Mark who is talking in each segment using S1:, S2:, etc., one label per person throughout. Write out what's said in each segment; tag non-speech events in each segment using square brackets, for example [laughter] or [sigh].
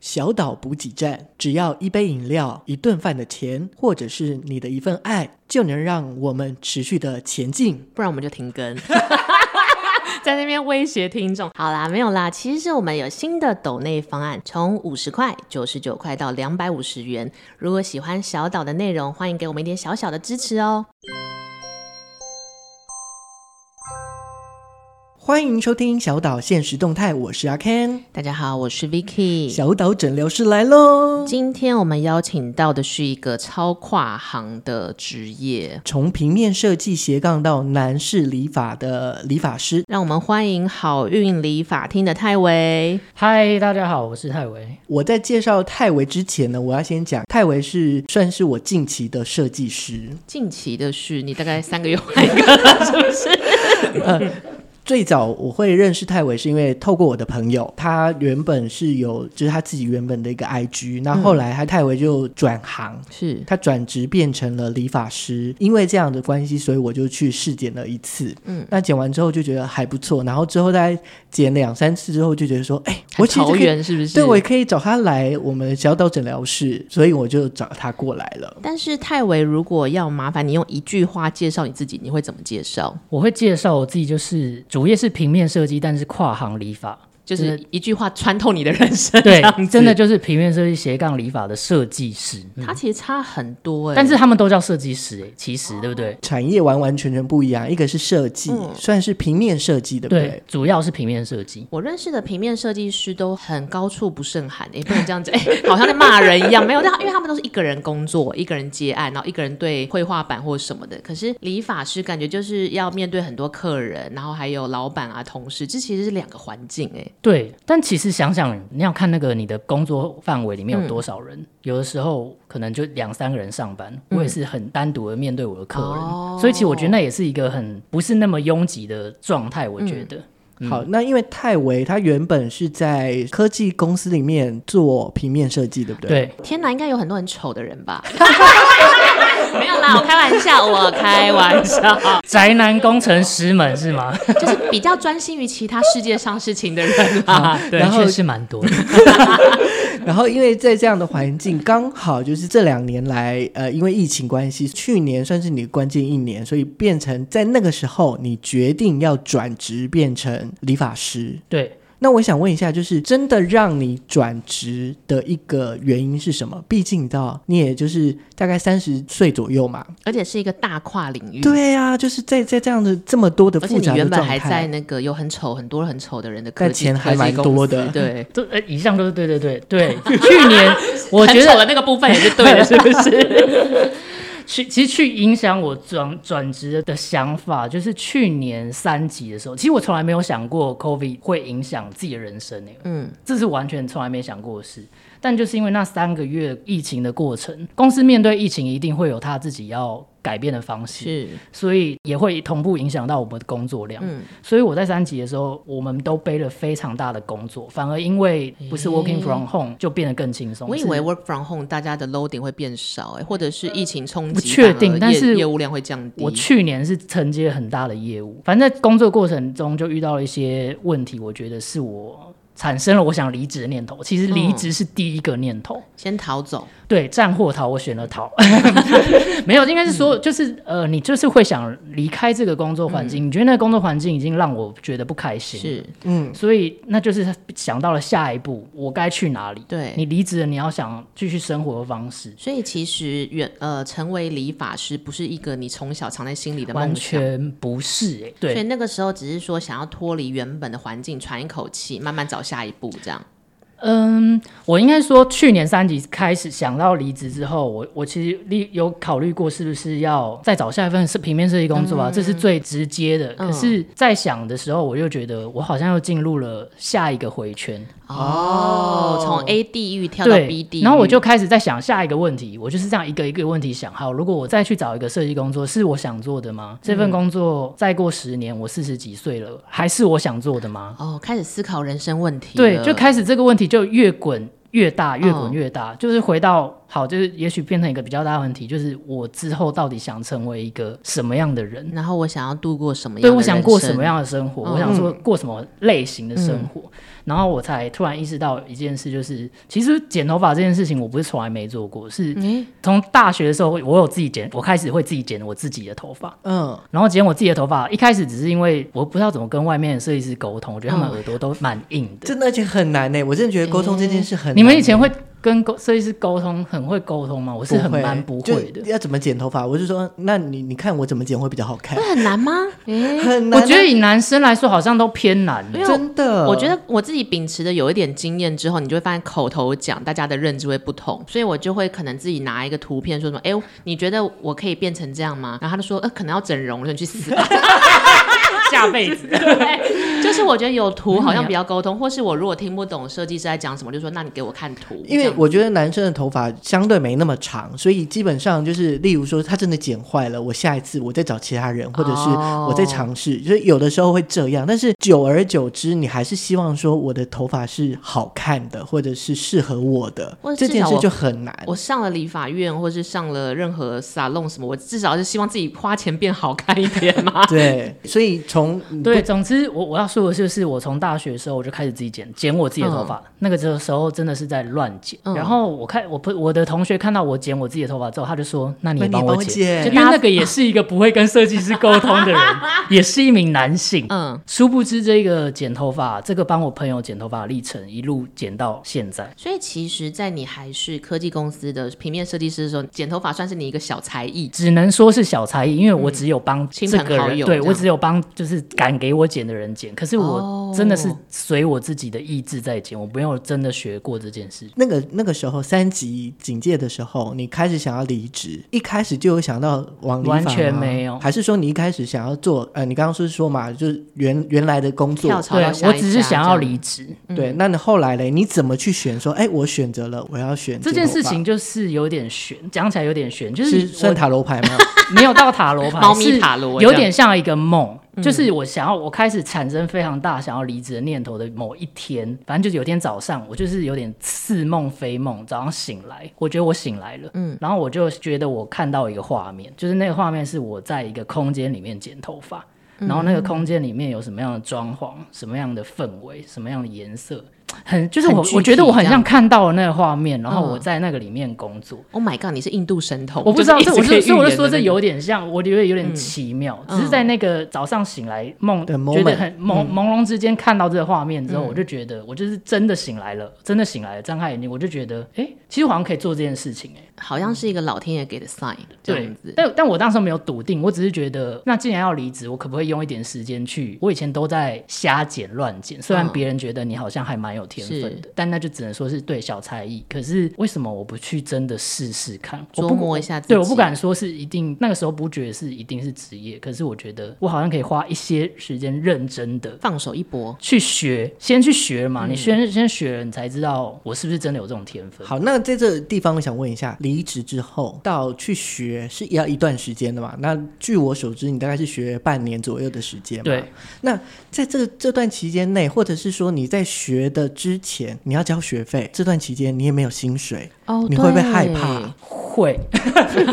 S1: 小岛补给站，只要一杯饮料、一顿饭的钱，或者是你的一份爱，就能让我们持续的前进。
S2: 不然我们就停更。 [laughs] 在那边威胁听众。好啦，没有啦，其实我们有新的抖内方案，从五十块、九十九块到两百五十元。如果喜欢小岛的内容，欢迎给我们一点小小的支持哦。
S1: 欢迎收听小岛现实动态，我是阿 Ken，
S2: 大家好，我是 Vicky。
S1: 小岛诊疗室来喽。
S2: 今天我们邀请到的是一个超跨行的职业，
S1: 从平面设计斜杠到男士理发的理发师，
S2: 让我们欢迎好运理法厅的泰维。
S3: 嗨，大家好，我是泰维。
S1: 我在介绍泰维之前呢，我要先讲泰维是算是我近期的设计师。
S2: 近期的是，你大概三个月换一个了，是不是？
S1: 最早我会认识泰维，是因为透过我的朋友，他原本是有就是他自己原本的一个 IG，那后来他泰维就转行，
S2: 是
S1: 他转职变成了理发师，因为这样的关系，所以我就去试剪了一次。
S2: 嗯
S1: 嗯，那剪完之后就觉得还不错，然后之后再剪两三次之后就觉得说，哎、 [laughs] 我其实
S2: 桃
S1: 可以，
S2: 园是不是？
S1: 对我也可以找他来我们小岛诊疗室，所以我就找他过来了。
S2: 但是泰维，如果要麻烦你用一句话介绍你自己，你会怎么介绍？
S3: 我会介绍我自己，就是主业是平面设计，但是跨行理发。
S2: 就是一句话穿透你的人生，
S3: 对
S2: 这样，子
S3: 真的。就是平面设计斜杠理发的设计师，
S2: 它其实差很多哎、
S3: 但是他们都叫设计师、欸，其实对不对？
S1: 产业完完全全不一样，一个是设计，
S2: 嗯
S1: 算是平面设计，对不对？
S3: 主要是平面设计。
S2: 我认识的平面设计师都很高处不胜寒，也、不能这样讲，哎、 [laughs] 好像在骂人一样。没有，但因为他们都是一个人工作，一个人接案，然后一个人对绘画板或什么的。可是理发师感觉就是要面对很多客人，然后还有老板啊、同事，这其实是两个环境哎、
S3: 对，但其实想想，你要看那个你的工作范围里面有多少人，有的时候可能就两三个人上班，我也是很单独的面对我的客人，
S2: 哦
S3: 所以其实我觉得那也是一个很不是那么拥挤的状态，我觉得。
S2: 嗯
S1: 好，那因为泰维他原本是在科技公司里面做平面设计，对不对？。
S3: 对，
S2: 天哪，应该有很多很丑的人吧？ [laughs] 没有啦，我开玩笑，我开玩笑，
S3: 宅男工程师们是吗？
S2: [laughs] 就是比较专心于其他世界上事情的人啊啦。
S3: 对，
S1: 然后
S3: 确实蛮多的。
S1: 然后因为在这样的环境，刚好就是这两年来，呃，因为疫情关系，去年算是你的关键一年，所以变成在那个时候，你决定要转职变成理发师。
S3: 对，
S1: 那我想问一下，就是真的让你转职的一个原因是什么？毕竟你知道，你也就是大概三十岁左右嘛。
S2: 而且是一个大跨领域。。
S1: 对呀、就是在在这样的这么多的
S2: 嗯而且
S1: 复
S2: 你
S1: 杂的
S2: 原本
S1: 状
S2: 还在
S1: 态，
S2: 那个有很丑、很多很丑的人的科技，
S1: 但钱还
S2: 科技
S1: 蛮多的
S2: 公司对，
S3: 这呃，以上都是对对对对。 [laughs] 去年我
S2: [laughs]
S3: 觉
S2: 很丑
S3: 得
S2: 的那个部分也是对的，是不是？
S3: 去，其实去影响我转转职的想法，就是去年三级的时候，其实我从来没有想过 COVID 会影响自己的人生诶、欸
S2: 嗯，
S3: 这是完全从来没想过的事。但就是因为那三个月疫情的过程，公司面对疫情一定会有他自己要改变的方
S2: [laughs]
S3: 式。
S2: 是
S3: 所以也会同步影响到我们的工作量。
S2: 嗯
S3: 所以我在三级的时候，我们都背了非常大的工作，反而因为不是 working from home 就变得更轻松。
S2: 我以为
S3: 是
S2: work from home 大家的 loading 会变少、哎，或者是疫情冲击，
S3: 不确定
S2: 反而
S3: 但
S2: 业
S3: 是
S2: 业务量会降低。
S3: 我去年是承接很大的业务，反正在工作过程中就遇到了一些问题，我觉得是我产生了我想离职的念头。其实
S2: 嗯
S3: 离职是第一个念头。
S2: 先逃走，
S3: 对，战或逃，我选了逃。 [laughs] 没有，应该是说，
S2: 嗯
S3: 就是呃，你就是会想离开这个工作环境，你觉得那个工作环境已经让我觉得不开心。
S2: 嗯是
S1: 嗯，
S3: 所以那就是想到了下一步，我该去哪里？
S2: 对
S3: 你离职了，你要想继续生活的方式，
S2: 所以其实原呃，成为理发师不是一个你从小藏在心里的
S3: 完
S2: 梦想。
S3: 全不是哎、欸
S2: 所以
S3: 对。
S2: 那个时候只是说想要脱离原本的环境，喘一口气，慢慢找下一步这样。
S3: 嗯，我应该说，去年三级开始想到离职之后，我我其实立有考虑过是不是要再找下一份是平面设计工作啊，这是最直接的。
S2: 嗯
S3: 可是，在想的时候，我又觉得我好像又进入了下一个回圈，
S2: 哦，从 A 地狱跳到
S3: 对
S2: B 地狱，
S3: 然后我就开始在想下一个问题，我就是这样一个一个问题想。好，如果我再去找一个设计工作，是我想做的吗？这
S2: 嗯
S3: 份工作再过十年，我四十几岁了，还是我想做的吗？
S2: 哦开始思考人生问题了，
S3: 嗯对，就开始这个问题就越滚越大，越滚越大，就是回到好，就是也许变成一个比较大的问题，就是我之后到底想成为一个什么样的人？
S2: 然后我想要度过什么样的
S3: 对
S2: 人
S3: 我想过什
S2: 生
S3: 么？样的生活？
S2: 嗯
S3: 我想说过什么类型的生活？然后我才突然意识到一件事，就是其实剪头发这件事情，我不是从来没做过，是
S2: 诶
S3: 从大学的时候，我有自己剪，我开始会自己剪我自己的头发。
S1: 嗯，
S3: 然后剪我自己的头发，一开始只是因为我不知道怎么跟外面的设计师沟通，我觉得他们耳朵都蛮硬的。
S1: 真的而且很难欸呢、我真的觉得沟通这件事很难欸
S3: 你们以前会跟沟设计师沟通，很会沟通吗？我是很蛮不
S1: 就
S3: 会的。
S1: 要怎么剪头发？我就说，那你你看我怎么剪会比较好看
S2: 会，很难
S3: [laughs]
S2: 吗？ [laughs] 诶
S1: 很难
S3: 我
S1: 啊。
S3: 觉得以男生来说，好像都偏难
S2: 因
S3: 欸
S2: 为我
S1: 真的，
S2: 我觉得我自己秉持的有一点经验之后，你就会发现口头讲大家的认知会不同，所以我就会可能自己拿一个图片说什么，哎、你觉得我可以变成这样吗？然后他就说，呃，可能要整容了，你去死 [laughs] 吧！
S3: [laughs] 下辈子
S2: 对，就是我觉得有图好像比较沟通，或是我如果听不懂设计师在讲什么，就说那你给我看图，
S1: 因
S2: 这
S1: 为
S2: 样
S1: 我觉得男生的头发相对没那么长，所以基本上就是，例如说他真的剪坏了，我下一次我再找其他人，或者是
S2: 哦
S1: 我再尝试，就是有的时候会这样。但是久而久之，你还是希望说我的头发是好看的，或者是适合我的
S2: 或，者
S1: 这
S2: 至
S1: 件
S2: 少
S1: 事
S2: 我
S1: 就很难。。
S2: 我上了理发院，或是上了任何 salon 什么，我至少是希望自己花钱变好看一点嘛
S1: [laughs] 对，所以从
S3: [laughs] 对，总之我我要说的就是，我从大学的时候我就开始自己剪剪我自己的头
S1: 嗯
S3: 发，那个时候时候真的是在乱剪。
S2: 嗯
S3: 然后我看我不我的同学看到我剪我自己的头发之后，他就说：“那你
S1: 那
S3: 也
S1: 你
S3: 帮
S1: 帮我
S3: 我剪。”
S1: 剪
S3: 因为那个也是一个不会跟设计师沟通的人，也是一名男性。
S2: 嗯，
S3: 殊不知，这个剪头发，这个帮我朋友剪头发的历程，一路剪到现在。
S2: 所以其实，在你还是科技公司的平面设计师的时候，剪头发算是你一个小才艺。
S3: 只能说是小才艺，因为我只有帮这
S2: 嗯亲
S3: 个
S2: 朋好
S3: 人，
S2: 友
S3: 对
S2: 这样
S3: 我只有帮就是敢给我剪的人剪。可是
S2: 哦
S3: 我真的是随我自己的意志在剪，我没有真的学过这件事。
S1: 那个那个时候三级警戒的时候，你开始想要离职，一开始就有想到往理发吗
S3: 完全没有
S1: 还是说你一开始想要做？呃，你刚刚是说嘛，就是原原来的工作
S2: 跳槽
S3: 对
S2: 到下一
S3: 我只是
S2: 家
S3: 想
S2: 这
S3: 要
S2: 样
S3: 离职
S1: 对，那你后来嘞，你怎么去选？说，哎，我选择了，我要选
S3: 这
S1: 剪
S3: 件
S1: 头
S3: 事
S1: 发
S3: 情，就是有点悬，讲起来有点悬，就是是
S1: 算
S3: 我
S1: 塔罗牌吗？
S3: [laughs] 没有到塔罗
S2: [laughs]
S3: 牌，
S2: 猫咪
S3: 是
S2: 塔罗
S3: 有点像一嗯个梦。就是我想要，我开始产生非常大想要离职的念头的某一天，反正就是有天早上，我就是有点似梦非梦，早上醒来，我觉得我醒来了，嗯，然后我就觉得我看到一个画面，就是那个画面是我在一个空间里面剪头发，然后那个空间里面有什么样的装潢，什么样的氛围，什么样的颜色，很就是我
S2: 很具体
S3: 我觉得我很
S2: 这样
S3: 像看到了那个画面，然后
S2: 嗯
S3: 我在那个里面工作，
S2: Oh my god！你是印度神童，
S3: 我不知道，
S2: 哦就是一
S3: 这我
S2: 直可
S3: 就
S2: 以
S3: 所以我
S2: 预
S3: 就
S2: 言的
S3: 说
S2: 那
S3: 这
S2: 个嗯
S3: 有点像，我觉得有点奇妙，只是在那个早上醒来梦，
S1: 的
S3: 觉得
S1: moment，嗯
S3: 很朦朦胧之间看到这个画面之
S2: 嗯
S3: 后，我就觉得我就是真的醒来了，真的醒来了，张开眼睛我就觉得，哎，其实好像可以做这件事情，哎，
S2: 好像是一个老天爷给的 sign 这
S3: 对
S2: 样子，。
S3: 但但我当时没有笃定，我只是觉得，那既然要离职，我可不可以用一点时间去？我以前都在瞎剪乱剪，虽然
S2: 嗯
S3: 别人觉得你好像还蛮有天分的，但那就只能说是对小才艺。可是为什么我不去真的试试看？我不
S2: 琢磨一下自己
S3: 对，我不敢说是一定，那个时候不觉得是一定是职业，可是我觉得我好像可以花一些时间认真的。
S2: 放手一搏，
S3: 去学，先去学嘛，
S2: 嗯
S3: 你先先学了，你才知道我是不是真的有这种天分。
S1: 好，那在这个地方，我想问一下，离职之后到去学是要一段时间的嘛？那据我所知，你大概是学半年左右的时间嘛？
S3: 对。
S1: 那在这这段期间内，或者是说你在学的之前，你要交学费，这段期间你也没有薪水，
S2: 哦
S1: 你会不会
S2: 对
S1: 害怕？
S3: 会， [laughs]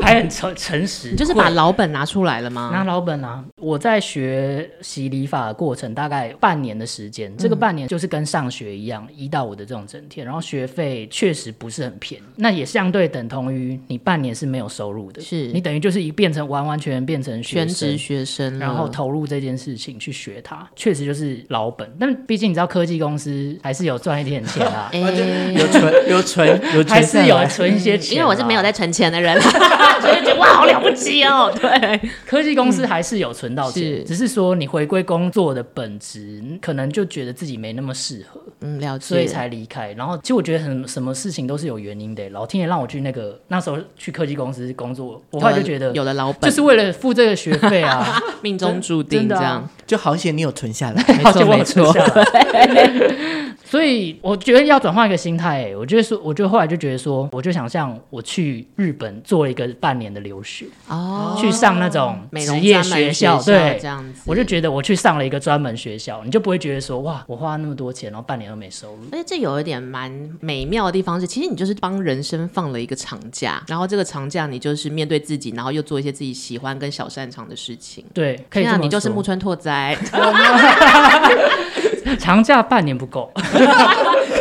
S3: 还很诚诚实，
S2: 你就是
S3: 会
S2: 把老本拿出来了吗？
S3: 拿老本啊！我在学习理发的过程大概半年的时
S2: 嗯
S3: 间，这个半年就是跟上学一样，一到五的这种整天，然后学费确实不是很便宜，那也相对等同于你半年是没有收入的，
S2: 是
S3: 你等于就是一变成完完全全变成学
S2: 全职嗯
S3: 生。
S2: 学生了，，
S3: 然后投入这件事情去学它，确实就是老本。但毕竟你知道，科技公司还是有赚一点钱啊
S2: [laughs] 哎
S1: 有存有存有存
S3: 还
S1: 下
S3: 是有
S1: 来，
S3: 存一些钱啊、
S2: 嗯因为我是没有在存钱的人，
S3: [laughs]
S2: 就会觉得哇，好了不起哦。 [laughs] 对，
S3: 科技公司还是有存到
S2: 嗯
S3: 钱，
S2: 是
S3: 只是说你回归工作的本质，可能就觉得自己没那么适合，
S2: 嗯，了解。
S3: 所以才离开。然后其实我觉得很什么事情都是有原因的。老天爷让我去那个那时候去科技公司工作，我后来就觉得
S2: 哦有了老本，
S3: 就是为了付这个学
S2: [laughs]
S3: 费啊，
S2: 命中注定
S3: 真
S2: 这
S3: 的啊
S2: 样。
S1: 就好险你有存下来。 [laughs]
S3: 好久没
S2: 错
S3: 下来。所以我觉得要转换一个心态、欸，我觉得说，我就后来就觉得说，我就想像我去日本做了一个半年的留学，
S2: 哦，
S3: 去上那种
S2: 美
S3: 职
S2: 容
S3: 业
S2: 专门学
S3: 校，对
S2: 这，样子，
S3: 我就觉得我去上了一个专门学校，你就不会觉得说哇，我花那么多钱，然后半年年都没收入。
S2: 而且这有一点蛮美妙的地方是，其实你就是帮人生放了一个长假，然后这个长假你就是面对自己，然后又做一些自己喜欢跟小擅长的事情。
S3: 对，可以这
S2: 那啊
S3: 么
S2: 你就是
S3: 说
S2: 木村啊拓哉， [laughs]
S3: [laughs] 长假半年不够，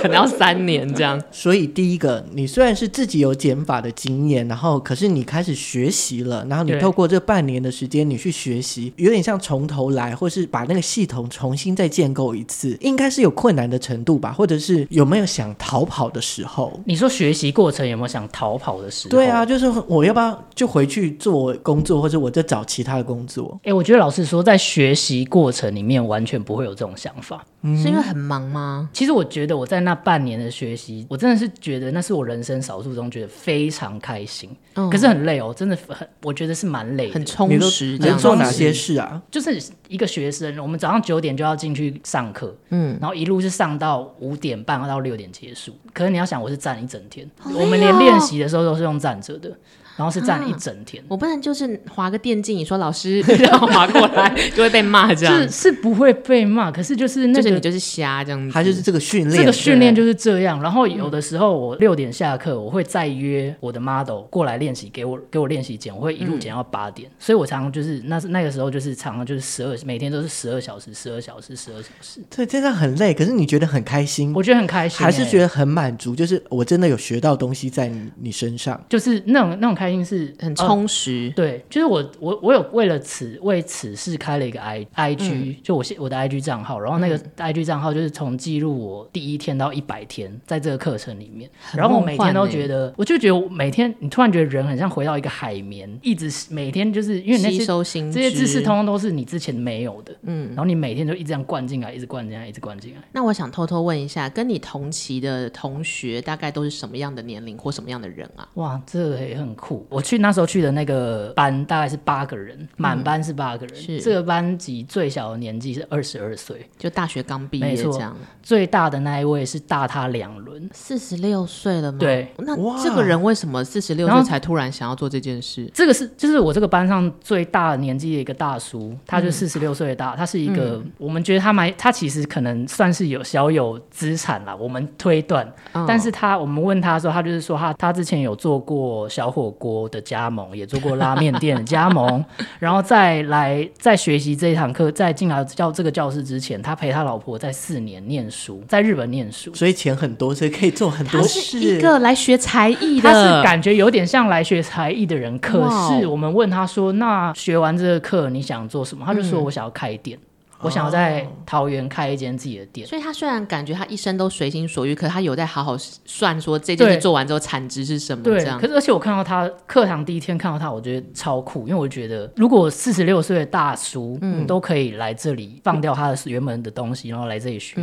S2: 可能要三年这样。
S1: 所以第一个，你虽然是自己有减法的经验，然后可是你开始学习了，然后你
S3: 对
S1: 透过这半年的时间，你去学习，有点像从头来，或是把那个系统重新再建构一次，应该是有困难的程度吧，或者是有没有想逃跑的时候？
S3: 你说学习过程有没有想逃跑的时候？
S1: 对啊，就是我要不要就回去做工作，或者我再找其他的工作？
S3: 哎、我觉得老实说，在学习过程里面完全不会有这种想法。
S2: 是因为很忙吗？
S3: 其实我觉得我在那半年的学习，我真的是觉得那是我人生少数中觉得非常开心，
S2: 嗯
S3: 可是很累哦，真的很，我觉得是蛮累的
S2: 很。充
S1: 你都
S2: 实
S1: 你
S2: 这
S1: 都
S2: 样。
S1: 做哪些事啊？
S3: 就是一个学生，我们早上九点就要进去上课，嗯，然后一路是上到五点半到六点结束。可是你要想，我是站一整天，
S2: 哦
S3: 我们连练习的时候都是用站着的，然后是站了一整天。
S2: 我不能就是划个电竞，你说老师 [laughs] 让我划过来，就会被骂
S3: [laughs]
S2: 这样
S3: 是。是不会被骂，可是就是那
S2: 就是
S3: 个
S2: 你就是瞎嗯这样子，
S1: 他就是这个训练，
S3: 这个训练就是这样。然后有的时候我六点下课，我会再约我的 model 过来练习，给我给我练习剪，我会一路剪到八
S2: 嗯
S3: 点。所以我常常就是那那个时候就是常常就是十二，每天都是十二小时，十二小时，十二小
S2: 嗯
S3: 时，
S1: 对，真的很累，可是你觉得很开心，
S3: 我觉得很开心欸、
S1: 还是觉得很满足，就是我真的有学到东西在你你身上。
S3: 就是那种那种开心是
S2: 很
S3: 呃
S2: 充实。
S3: 对，就是我我我有为了此为此事开了一个 i i g，、就
S2: 嗯
S3: 我现我的 i g 账号，然后那个 i g 账号就是从记录我第一天到一百天在这个课程里面，
S2: 很
S3: 然后我
S2: 梦
S3: 每天
S2: 幻
S3: 都
S2: 欸
S3: 觉得，我就觉得我每天你突然觉得人很像回到一个海绵，一直每天就是因为你那
S2: 吸
S3: 些
S2: 收新
S3: 这些知识
S2: 知
S3: 通通都是你之前没有的，嗯，然后你每天就一直这样灌进来，一直灌进来，一直灌进来。
S2: 那我想偷偷问一下，跟你同期的同学大概都是什么样的年龄或什么样的人啊？
S3: 哇，这个也很酷！我去那时候去的那个班大概是八个人，满班是八个人。
S2: 是
S3: 这个班级最小的年纪是二十二岁，
S2: 就大学刚毕业
S3: 没错
S2: 这样，
S3: 最大的那一位是大他两轮。
S2: 四十六岁了吗？
S3: 对，
S2: 那
S1: 哇
S2: 这个人为什么四十六
S3: 然后
S2: 岁才突然想要做这件事？
S3: 这个是就是我这个班上最大的年纪的一个大叔，他就四十六岁的大，他是一个、我们觉得他蛮他其实可能算是有小有资产啦，我们推断，
S2: 嗯
S3: 但是他我们问他的时候，他就是说他他之前有做过小火锅的加盟，也做过拉面店的加盟，然后再来在学习这一堂课，在进来教这个教室之前，他陪他老婆在四年念书，在日本念书。
S1: 所以钱很多，所以可以做很
S2: 他
S1: 多
S2: 是
S1: 事。
S2: 一个来学才艺的，
S3: 他是感觉有点像来学才艺的人，可
S2: 哇哦
S3: 是我们问他说：“那学完这个课你想做什么？”他就
S2: 嗯
S3: 说：“我想要开店，我想要在桃园开一间自己的店。”
S2: 所以他虽然感觉他一生都随心所欲，可他有在好好算说这件事
S3: 对
S2: 做完之后产值是什么
S3: 对
S2: 哦这，样
S3: 可。是而且我看到他课堂第一天看到他，我觉得超酷，因为我觉得如果四十六岁的大叔，嗯，都可以来这里放掉他的原本的东西，然后来这里学，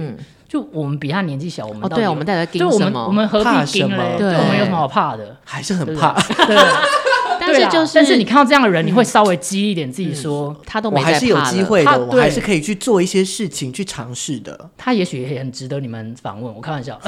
S3: 就我们比他年纪小，我们
S2: 嗯哦，
S3: 到底
S2: 对啊，
S3: 有
S2: 我们带来
S3: 就
S2: 盯
S3: 我
S2: 什
S3: 们我
S2: 么？
S3: 们何
S1: 怕
S3: 必
S1: 什
S3: 盯
S1: 么
S3: 嘞？
S2: 对
S3: 我们有什么好怕的？
S1: 还是很
S3: 对
S1: 怕，
S3: 对，
S2: 但
S3: 对
S2: 是嗯
S3: 啊
S2: 就是，
S3: 但是你看到这样的人，你会稍微激一点自己说，
S2: 他都
S1: 我
S2: 没
S1: 还
S2: 在
S1: 是有
S2: 怕
S1: 机
S2: 了。
S1: 会
S3: 他
S1: 的，我还
S3: 对
S1: 是可以去做一些事情，去尝试的。
S3: 他也许也很值得你们访问。我开
S2: [laughs]
S3: 玩笑，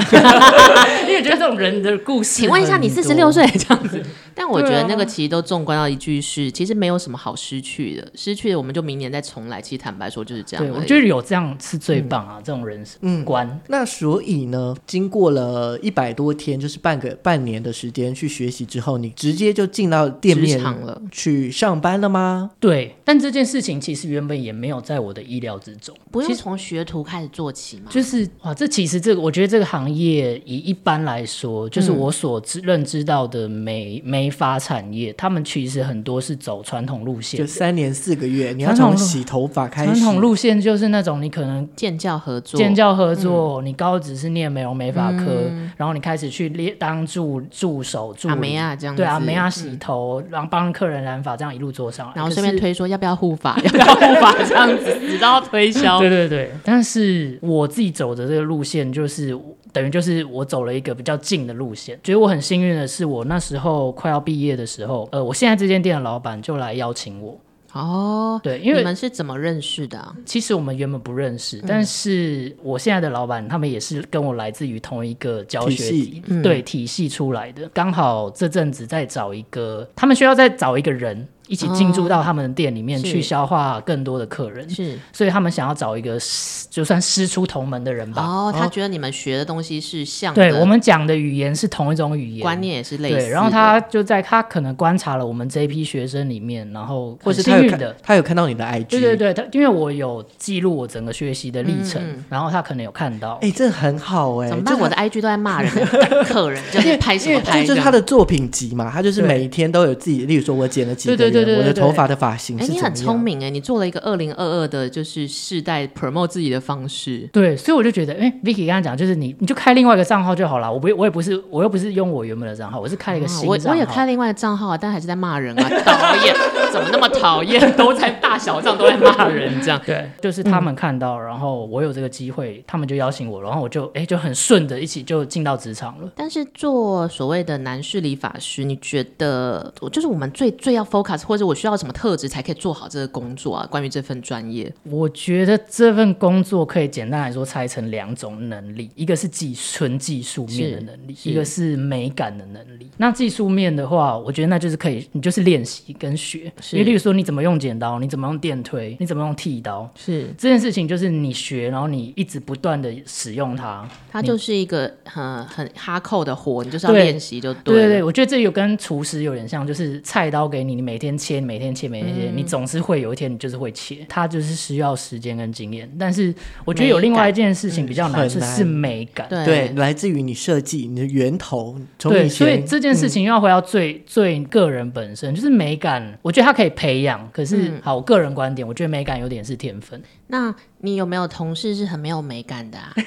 S3: 因为我觉得这种人的故事很多，
S2: 请问一下，你四十六岁这样子？但我觉
S3: 对
S2: 得
S3: 啊
S2: 那个其实都纵观到一句是，其实没有什么好失去的，失去的我们就明年再重来。其实坦白说就是这样而
S3: 对
S2: 已。
S3: 我觉得有这样是最棒
S2: 嗯
S3: 啊，这种人生观。
S1: 那所以呢，经过了一百多天，就是半个半年的时间去学习之后，你直接就进到店面
S2: 职场了
S1: 去上班了吗？
S3: 对，但这件事情其实原本也没有在我的意料之中。
S2: 不
S3: 其
S2: 用
S3: 实
S2: 从学徒开始做起嘛。
S3: 就是哇，这其实这个我觉得这个行业以一般来说，就是
S2: 嗯
S3: 我所知认知到的美美发产业，他们其实很多是走传统路线
S1: 就
S3: 的。
S1: 三年四个月，你要
S3: 传统
S1: 从
S3: 路
S1: 洗头发开
S3: 传
S1: 始，
S3: 统路线就是那种你可能
S2: 建教合作，
S3: 建教合作，
S2: 嗯
S3: 你高职是念美容美发科，然后你开始去练当助助手助理，
S2: 阿梅亚这样子，嗯
S3: 对啊，美亚洗头，然后帮客人染发，这样一路做上来，
S2: 然后
S3: 可
S2: 顺便
S3: 是
S2: 推说要不要护发，要不要护发这样子，直到推销。
S3: 对对对，但是我自己走的这个路线，就是等于就是我走了一个比较近的路线。觉得我很幸运的是，我那时候快要毕业的时候，呃，我现在这间店的老板就来邀请我。
S2: 哦，
S3: 对，因
S2: 你
S3: 为嗯
S2: 们是怎么认识的啊、
S3: 其实我们原本不认
S2: 嗯
S3: 识，但是我现在的老板他们也是跟我来自于同一个教学
S1: 体系
S2: 嗯
S3: 对体系出来的。刚好这阵子在找一个，他们需要再找一个人一起进驻到他们的店里面
S2: 哦是
S3: 去消化更多的客人，
S2: 是
S3: 所以他们想要找一个师就算师出同门的人吧。
S2: 哦，他觉得你们学的东西是像
S3: 对
S2: 的
S3: 我们讲的语言是同一种语言，
S2: 观念也是类似的，
S3: 对，然后他就在他可能观察了我们这一批学生里面，然后
S1: 或
S3: 很
S1: 是
S3: 幸
S1: 他有
S3: 运的
S1: 看，他有看到你的 IG，
S3: 对对对，他因为我有记录我整个学习的历程，
S2: 嗯嗯
S3: 然后他可能有看到。
S1: 哎、这很好哎、
S2: 怎么
S1: 这
S2: 办？
S1: 个
S2: 我的 IG 都在骂人，赶客人，就
S1: 因为
S2: 是拍什么
S1: 因
S2: 拍？
S1: 为就是他的作品集嘛，他就是每一天都有自己，例如说我剪了几个
S3: 对对对
S1: 人
S3: 对对
S1: 我的
S3: 对
S1: 头发的发型
S2: 哎，
S1: 是
S2: 你
S1: 怎么
S2: 很
S1: 样
S2: 聪，明哎，你做了一个二零二二的，就是世代 promote 自己的方式。
S3: 对，所以我就觉得，哎、v i c k y 刚刚讲，就是你你就开另外一个账号就好了。我不，我也不是，我又不是用我原本的账号，我是开一个
S2: 啊
S3: 新
S2: 我
S3: 账号、
S2: 我也开另外的账号啊，但还是在骂人啊， [laughs] 讨厌，怎么那么讨
S3: [laughs]
S2: 厌？都在大小账都在骂人，这样
S3: 对，就是他们看到，然后我有这个机会，他们就邀请我，然后我就哎、就很顺的一起就进到职场了。
S2: 但是做所谓的男士理发师，你觉得我就是我们最最要 focus，或者我需要什么特质才可以做好这个工作啊？关于这份专业，
S3: 我觉得这份工作可以简单来说拆成两种能力，一个是技纯技术面的能力，
S2: 是
S3: 一个是美感的能力。那技术面的话，我觉得那就是可以，你就是练习跟学，
S2: 是
S3: 因为例如说你怎么用剪刀，你怎么用电推，你怎么用剃刀。
S2: 是
S3: 这件事情就是你学，然后你一直不断的使用它。
S2: 它
S3: 你
S2: 就是一个很很哈扣的活，你就是要
S3: 对
S2: 练习就
S3: 对对
S2: 了
S3: 对，我觉得这有跟厨师有点像，就是菜刀给你，你每天切，你每天切，每天切，
S1: 嗯
S3: 你总是会有一天你就是会切，它就是需要时间跟经验。但是我觉得有另外一件事情比较
S1: 美
S3: 难，
S1: 感
S3: 是
S1: 嗯很
S3: 是
S1: 难
S3: 美感。
S2: 对
S1: 对，来自于你设计你的源头，从
S3: 哎对，
S1: 以
S3: 所以
S1: 前嗯
S3: 这件事情又要回到最、最个人本身，就是美感，我觉得它可以培养。可是，
S1: 嗯
S3: 好，我个人观点，我觉得美感有点是天分。
S2: 那你有没有同事是很没有美感
S1: [laughs]
S2: 的啊？ [laughs]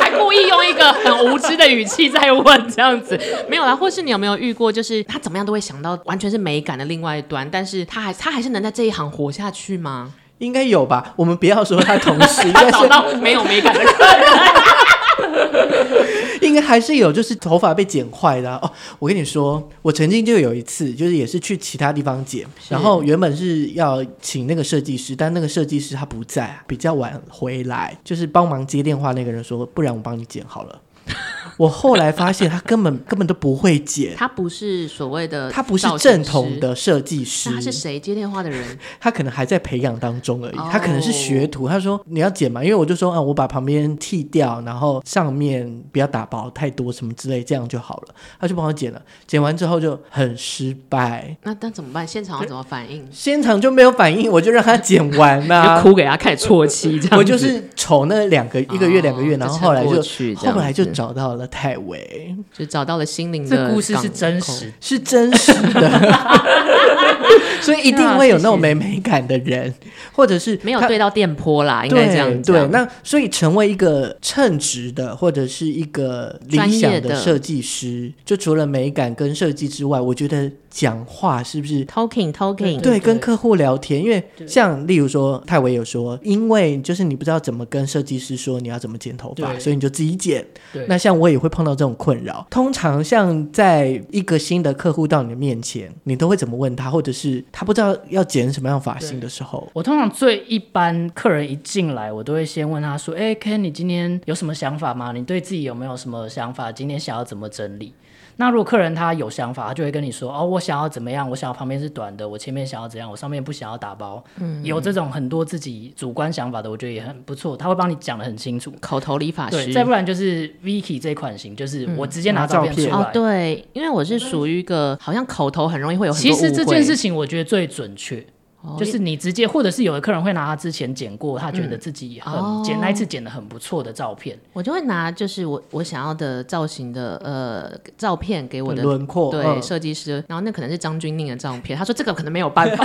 S2: 还故意用一个很无知的语气在问这样子，没有啦，或是你有没有遇过，就是他怎么样都会想到完全是美感的另外一端，但是他还他还是能在这一行活下去吗？
S1: 应该有吧？我们不要说他同
S3: [laughs]
S1: 事，应该
S2: 找
S1: 是
S2: 到没有美
S1: [laughs]
S2: 感的客人，
S1: 应该还是有，就是头发被剪坏的啊、哦。我跟你说，我曾经就有一次，就是也是去其他地方剪，然后原本是要请那个设计师，但那个设计师他不在啊，比较晚回来，就是帮忙接电话那个人说，不然我帮你剪好 [laughs] 了。我后来发现他根本根本都不会剪，
S2: 他不是所谓的，
S1: 他不是正统，的设计师
S2: 那，他是谁？接电话的人，
S1: 他可能还在培养当中而已
S2: 哦，
S1: 他可能是学徒。他说你要剪嘛，因为我就说啊，我把旁边剃掉，然后上面不要打薄太多什么之类，这样就好了。他就帮我剪了，剪完之后就很失败，
S2: 那那怎么办？现场要怎么
S1: [laughs]
S2: 反应？
S1: 现场就没有反应，我就让他剪完啦、
S2: 你 [laughs] 就哭给他看啜泣这样子。
S1: 啊我就是瞅那两个一个月
S2: 哦
S1: 两个月，
S2: 就
S1: 然后
S2: 撑
S1: 后来
S2: 过
S1: 就
S2: 去这样
S1: 后来就
S2: 子
S1: 找到了泰维，
S2: 就找到了心灵的
S3: 这故事是
S2: 港
S3: 真
S2: 口
S3: 实的，
S1: 是真实的，
S2: [laughs]
S1: 所以一定会有那种没美感的人，或者是
S2: 没有
S1: 他
S2: 对到电波啦，啊应
S1: 对
S2: 该这样
S1: 对，
S2: 讲。
S1: 那所以成为一个称职的或者是一个理
S2: 专
S1: 想
S2: 业的
S1: 设计师，就除了美感跟设计之外，我觉得讲话是不是？
S2: talking talking，
S1: 对，跟客户聊天，因为像例如说，泰维有说，因为就是你不知道怎么跟设计师说你要怎么剪头发，
S3: 对
S1: 所以你就自己剪。
S3: 对
S1: 那像我也会碰到这种困扰。通常像在一个新的客户到你的面前，你都会怎么问他，或者是他不知道要剪什么样发型的时候，
S3: 我通常最一般客人一进来，我都会先问他说：“哎、k e n 你今天有什么想法吗？你对自己有没有什么想法？今天想要怎么整理？”那如果客人他有想法，他就会跟你说：“哦，我想要怎么样？我想要旁边是短的，我前面想要怎样？我上面不想要打包。”嗯，有这种很多自己主观想法的，我觉得也很不错，他会帮你讲的很清楚。
S2: 口头理发
S3: 对，
S2: 师。
S3: 再不啊然就是 Vicky 这款型，就是我直接拿
S1: 拿
S3: 照
S1: 照
S3: 片出
S1: 片
S3: 来。
S2: 哦，对，因为我是属于一个好像口头很容易会有很
S3: 其
S2: 多
S3: 实这
S2: 误会
S3: 件事情我觉得最准确。
S2: 哦
S3: 就是你直接，或者是有的客人会拿他之前剪过，他觉得自己很、
S2: 哦
S3: 剪那一次剪的很不错的照片，
S2: 我就会拿就是我我想要的造型的呃照片给我的
S1: 轮廓，
S2: 对
S1: 嗯
S2: 设计师，然后那可能是张钧甯的照片，他说这个可能没有办
S3: [laughs]
S2: 法，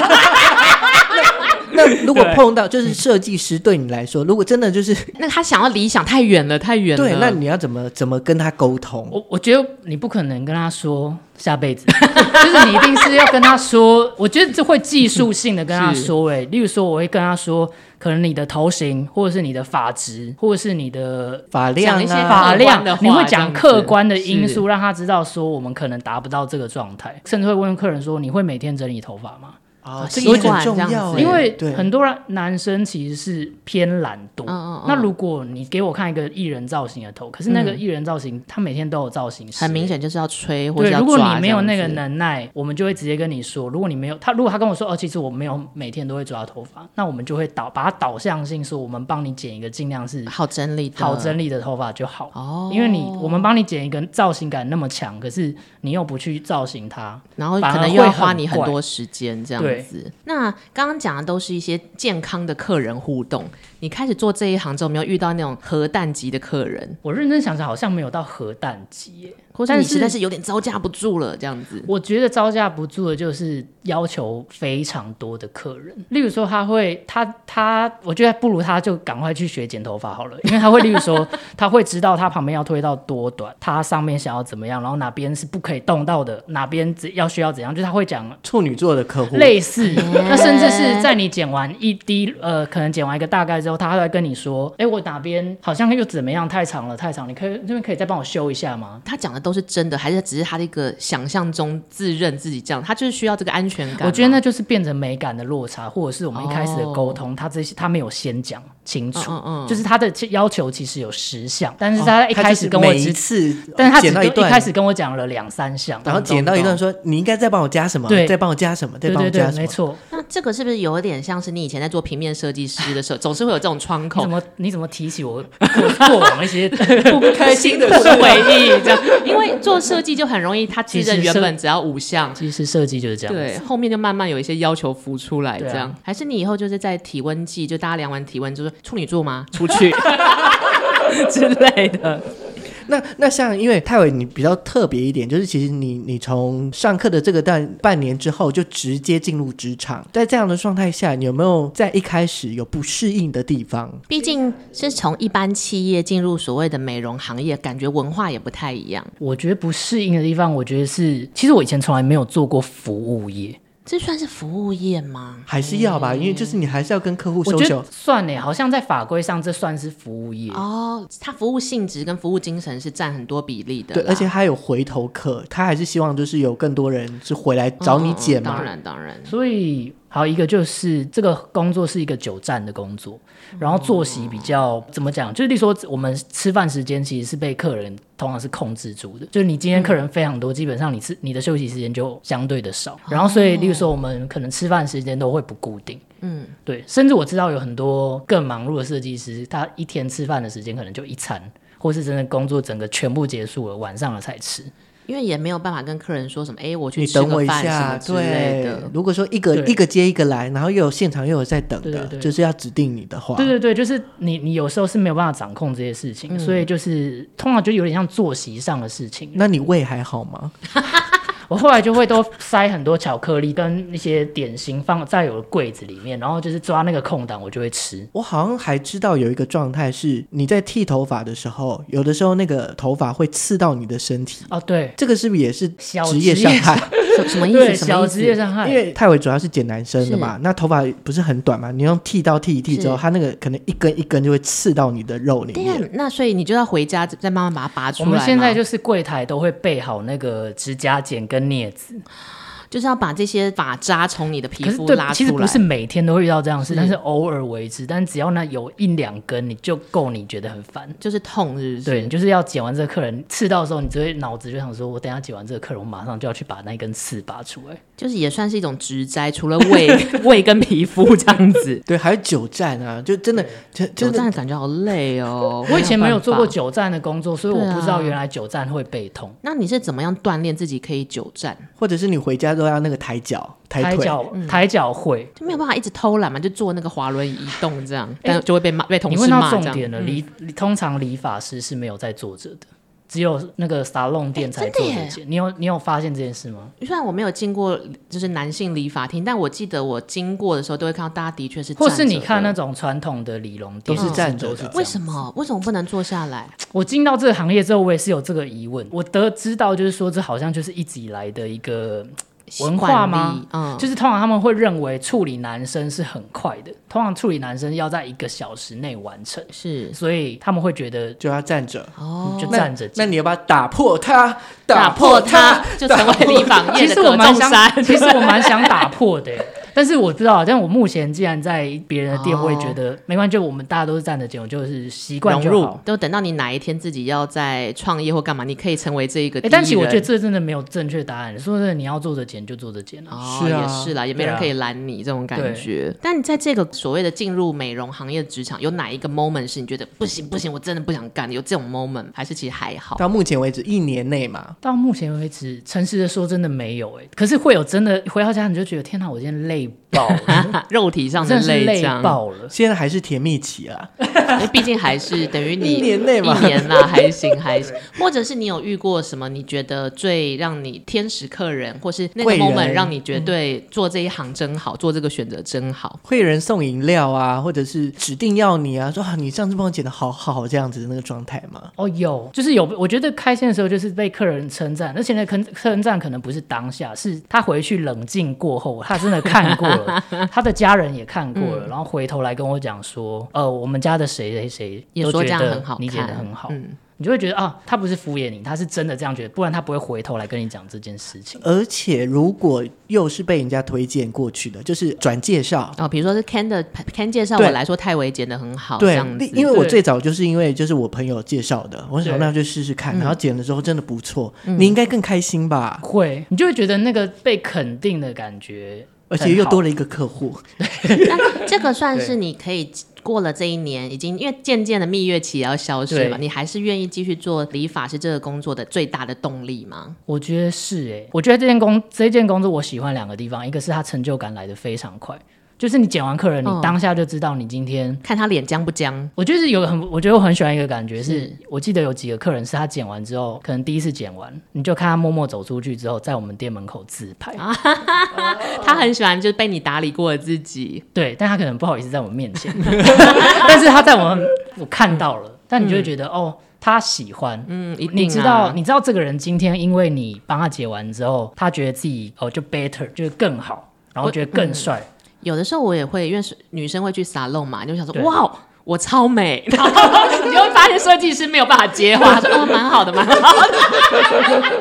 S1: 那如果
S3: 对嗯
S1: 碰到就是设计师对你来说，如果真的就是
S2: 那他想要理想太远了，太远了。
S1: 对，那你要怎么怎么跟他沟通？
S3: 我我觉得你不可能跟他说下
S2: [laughs]
S3: 辈子，就是你一定是要跟他说。我觉得这会技术性的跟他说、欸，例如说我会跟他说，可能你的头型，或者是你的发质，或者是你的
S1: 发
S2: 讲
S1: 量
S2: 一些
S1: 啊，
S3: 发
S2: 客观
S3: 量
S2: 的话，
S3: 你会讲客观的
S2: 这样子
S3: 因素，让他知道说我们可能达不到这个状态，甚至会问客人说你会每天整理头发吗？
S1: 啊，
S2: 习
S1: 这个
S2: 惯
S1: 很重
S2: 这样
S1: 要
S2: 子
S1: 欸，
S3: 因为
S1: 对
S3: 很多人男生其实是偏懒惰。
S2: 嗯嗯嗯
S3: 那如果你给我看一个艺人造型的头，可是那个
S2: 嗯
S3: 艺人造型，他每天都有造型师，
S2: 很明。显就是要吹或者
S3: 对，
S2: 要
S3: 如果
S2: 抓
S3: 你没有
S2: 这样
S3: 那个
S2: 子
S3: 能耐，我们就会直接跟你说。如果你没有他，如果他跟我说哦，其实我没有每天都会抓头发，那我们就会导把它导向性说，我们帮你剪一个尽量是
S2: 好整理的，
S3: 好整理的头发就好。
S2: 哦，
S3: 因为你我们帮你剪一个造型感那么强，可是你又不去造型它，
S2: 然后
S3: 反
S2: 可
S3: 而
S2: 能又要
S3: 会
S2: 花
S3: 很
S2: 你很
S3: 怪
S2: 多时间这样
S3: 对
S2: 子。那刚刚讲的都是一些健康的客人互动。你开始做这一行之后，有没有遇到那种核弹级的客人，
S3: 我认真想想，好像没有到核弹级耶。
S2: 或者
S3: 但
S2: 你实在
S3: 是
S2: 是有点招架不住了这样子？
S3: 我觉得招架不住的就是要求非常多的客人，例如说他会，他他，我觉得不如他就赶快去学剪头发好了，因为他会，例如说他会知道他旁边要推到多短，他上面想要怎么样，然后哪边是不可以动到的，哪边只要需要怎样，就是他会讲
S1: 处女座的客户，
S3: 类似，那甚至是在你剪完一滴，呃，可能剪完一个大概之后，他还会跟你说，哎、我哪边好像又怎么样，太长了，太长，你可以这边可以再帮我修一下吗？
S2: 他讲的都是真的，还是只是他的一个想象中自认自己这样？他就是需要这个安全感吗。
S3: 我觉得那就是变成美感的落差，或者是我们一开始的
S2: 哦
S3: 沟通，他这些他没有先讲清
S2: 嗯
S3: 楚，
S2: 嗯嗯，哦
S3: 就是他的要求其实有十项，但是他在一开始跟
S1: 哦他
S3: 我
S1: 就是每一
S3: 只，
S1: 次，
S3: 但是他只
S1: 剪到一
S3: 跟
S1: 段，
S3: 一开始跟我讲了两三项，
S1: 然后剪到一段说你应该再帮我加什么，
S3: 对
S1: 再帮我加什么，再
S3: 对
S1: 帮我
S3: 对
S1: 加
S3: 对，
S1: 什
S3: 没
S1: 么。
S3: 错。
S2: 那这个是不是有点像是你以前在做平面设计师的时候，总是会有这种窗
S3: 你
S2: 口
S3: 怎？么你怎么提起我过过往一些不开心的
S2: 回忆这样， [laughs] 因为做设计就很容易，他自认原本只要五项，
S3: [laughs] 其实设计就是这样，
S2: 对，后面就慢慢有一些要求浮出来，这
S3: 对啊
S2: 样、还是你以后就是在体温计，就大家量完体温就是 [laughs] 处女座吗？出去之类的，
S1: 那那像因为泰伟你比较特别一点，就是其实你你从上课的这个段半年之后就直接进入职场，在这样的状态下，你有没有在一开始有不适应的地方？
S2: 毕竟是从一般企业进入所谓的美容行业，感觉文化也不太一样，
S3: 我觉得不适应的地方，我觉得是，其实我以前从来没有做过服务业，
S2: 这算是服务业吗？
S1: 还是要吧，因为就是你还是要跟客户
S3: 我
S1: 收
S3: 觉
S1: 手
S3: 得。算欸呢，好像在法规上这算是服务业。
S2: 哦，它服务性质跟服务精神是占很多比例的啦，
S1: 对，而且他有回头客，他还是希望就是有更多人是回来找你
S2: 解
S1: 剪嘛。
S2: 嗯当然当然，
S3: 所以，还有一个就是这个工作是一个久站的工作，然后作息比较怎么讲？就是例如说，我们吃饭时间其实是被客人通常是控制住的，就是你今天客人非常多，基本上你吃你的休息时间就相对的少。然后，所以例如说，我们可能吃饭时间都会不固定。
S2: 嗯，
S3: 对，甚至我知道有很多更忙碌的设计师，他一天吃饭的时间可能就一餐，或是真的工作整个全部结束了，晚上了才吃。
S2: 因为也没有办法跟客人说什么，哎，我去
S1: 你
S2: 吃
S1: 等我
S2: 个
S1: 一
S2: 饭什么
S1: 下，
S2: 之
S1: 对
S2: 类的。。
S1: 如果说一个
S3: 对
S1: 一个接一个来，然后又有现场又有在等的，
S3: 对对对
S1: 就是要指定你的话，
S3: 对对对，就是你你有时候是没有办法掌控这些事情，所以就是通常就有点像作息上的事情。
S1: 那你胃还好吗？
S3: 我后来就会都塞很多巧克力跟一些点心放在我的柜子里面，然后就是抓那个空档我就会吃。
S1: 我好像还知道有一个状态是，你在剃头发的时候，有的时候那个头发会刺到你的身体，
S3: 哦，对
S1: 这个是不是也是
S3: 小
S1: 职业
S3: 职
S1: 伤
S3: 业
S1: 害？
S2: 什什么意
S3: 对，
S2: 思？什
S3: 小
S2: 么意
S3: 职业
S2: 思？
S3: 伤害，
S1: 因为泰伟主要是剪男生的嘛，那头发不是很短嘛，你用剃刀剃一剃之后，
S2: 是
S1: 它那个可能一根一根就会刺到你的肉里面。
S2: Damn，那所啊以你就要回家再慢慢把它拔出
S3: 我
S2: 来吗。
S3: 们现在就是柜台都会备好那个指甲剪跟镊子。
S2: 就是要把这些发渣从你的皮
S3: 可是
S2: 肤
S3: 对
S2: 拉出来。，
S3: 其实不是每天都会遇到这样的事，
S2: 是
S3: 但是偶尔为之。但只要那有一两根，你就够你觉得很烦。
S2: 就是痛，是不是？
S3: 对，你就是要剪完这个客人刺到的时候，你就会脑子就想说，我等一下剪完这个客人，我马上就要去把那一根刺拔出来。
S2: 就是也算是一种植栽，除了胃、 [laughs] 胃跟皮肤这样子。
S1: 对，还有久站啊，就真的，就
S2: 久
S1: 真的
S2: 站感觉好累哦。
S3: 我以前没有
S2: 办法
S3: 做过。久站的工作，所以
S2: 对
S3: 我
S2: 啊
S3: 不知道原来久站会背痛。
S2: 那你是怎么样锻炼自己可以久站？
S1: 或者是你回家都要那个抬脚、抬
S2: 啊
S3: 抬
S1: 腿。
S3: 脚抬脚会，
S2: 就没有办法一直偷懒嘛，就坐那个滑轮移动这样，但就会被骂，被同
S3: 哎你
S2: 事
S3: 问到
S2: 骂
S3: 重
S2: 这
S3: 点
S2: 样。嗯
S3: 了。理通常理发师是没有在坐着的，只有那个沙龙店才
S2: 哎真
S3: 坐
S2: 的耶
S3: 着剪。你有你有发现这件事吗？
S2: 虽然我没有进过就是男性理发厅，但我记得我经过的时候都会看到大家的确是站着
S3: 或
S2: 的，
S3: 是你看那种传统的理容店
S1: 都是站着
S3: 都
S1: 的
S3: 是这样
S2: 为什么为什么不能坐下来？
S3: 我进到这个行业之后，我也是有这个疑问。我得知到就是说，这好像就是一直以来的一个文化吗
S2: 惯例？嗯，
S3: 就是通常他们会认为处理男生是很快的，通常处理男生要在一个小时内完成，
S2: 是
S3: 所以他们会觉得
S1: 就要站着，
S2: 哦
S3: 你就站着
S1: 那
S3: 剪。
S1: 你要不要打破它？
S2: 打破
S1: 它
S2: 它，就成为理发业
S3: 其
S2: 的
S3: 实我
S2: 隔
S3: 蛮
S2: 重山。 [laughs]
S3: 想，其实我蛮想打破的耶。欸但是我不知道，啊但我目前既然在别人的店，
S2: 哦
S3: 我也觉得没关系，就我们大家都是站着讲，我就是习惯
S2: 融
S3: 就
S2: 入
S3: 好。，
S2: 都等到你哪一天自己要在创业或干嘛，你可以成为这一个第
S3: 哎，
S2: 一人。
S3: 但其实我觉得这真的没有正确答案。说真的，你要做着减就做着减啊。
S2: 哦，
S1: 是啊
S2: 也是啦，也没
S3: 对
S2: 人
S3: 啊
S2: 可以拦你这种感觉。但你在这个所谓的进入美容行业的职场，有哪一个 moment 是你觉得不行不行，我真的不想干？有这种 moment，还是其实还好？
S1: 到目前为止一年内
S2: [laughs]
S1: 嘛，
S3: 到目前为止，诚实的说，真的没有哎、可是会有真的回到家你就觉得天哪，我今天累爆了，
S2: 肉体上
S3: 真的是
S2: 累
S3: 累
S2: 这样，
S3: 爆了。
S1: 现在还是甜蜜期啦。
S2: 因为毕竟还是等于你
S3: [laughs]
S1: 一年内嘛
S2: 一年啦，还行还行。或者是你有遇过什么你觉得最让你天使客人，或是那个
S1: 贵人
S2: moment 让你觉得
S3: 嗯
S2: 对做这一行真好，做这个选择真好？
S1: 会有人送饮料啊，或者是指定要你啊，说啊你上次帮我剪的好好这样子的那个状态吗？
S3: 哦，有，就是有，我觉得开心的时候就是被客人称赞，而且呢，可能称赞可能不是当下，是他回去冷静过后，他真的看过了，他的家人也看过
S2: 嗯
S3: 了，然后回头来跟我讲说，呃，我们家的谁谁谁
S2: 也
S3: 都
S2: 说
S3: 觉
S2: 这样
S3: 得
S2: 很好
S3: 你演的
S2: 看
S3: 很好，
S2: 嗯
S3: 你就会觉得啊，他不是敷衍你，他是真的这样觉得，不然他不会回头来跟你讲这件事情。
S1: 而且如果又是被人家推荐过去的，就是转介绍。
S2: 哦，比如说是 Ken 的 Ken 介绍
S1: 对
S2: 我来说，泰维剪的很哦好，这
S1: 对
S2: 样子，，
S1: 因为我
S3: 对
S1: 最早就是因为就是我朋友介绍的，我想
S3: 对
S1: 那就试试看，然后剪了之后真的不错，
S2: 嗯
S1: 你应该更开心吧？
S3: 会，你就会觉得那个被肯定的感觉
S1: 而
S3: 很好，
S1: 且又多了一个客户，
S2: 那这个算是你可以过了这一年，已经因为渐渐的蜜月期也要消失嘛，
S3: 对
S2: 你还是愿意继续做理发师这个工作的最大的动力吗？
S3: 我觉得是诶、我觉得这件工这件工作我喜欢两个地方，一个是它成就感来的非常快，就是你剪完客人，你
S2: 嗯
S3: 当下就知道你今天。
S2: 看他脸僵不僵，
S3: 我就是有个很，我觉得我很喜欢一个感觉是，
S2: 是
S3: 我记得有几个客人是他剪完之后，可能第一次剪完，你就看他默默走出去之后，在我们店门口自拍，
S2: 他很喜欢就是被你打理过的自己，
S3: 对，但他可能不好意思在我面
S2: [laughs]
S3: 前， [laughs] 但是他在我们我看到了，但你就会觉得、哦，他喜欢，
S2: 嗯，一定、啊、
S3: 你知道，你知道这个人今天因为你帮他解完之后，他觉得自己哦就 better，就是更好，然后觉得更帅。
S2: 嗯有的时候我也会，因为是女生会去沙龙嘛，你就想说
S3: 对
S2: 哇。我超美，
S3: [laughs]
S2: 然后你就会发现设计师没有办法接话，说哦，蛮好的，蛮好的。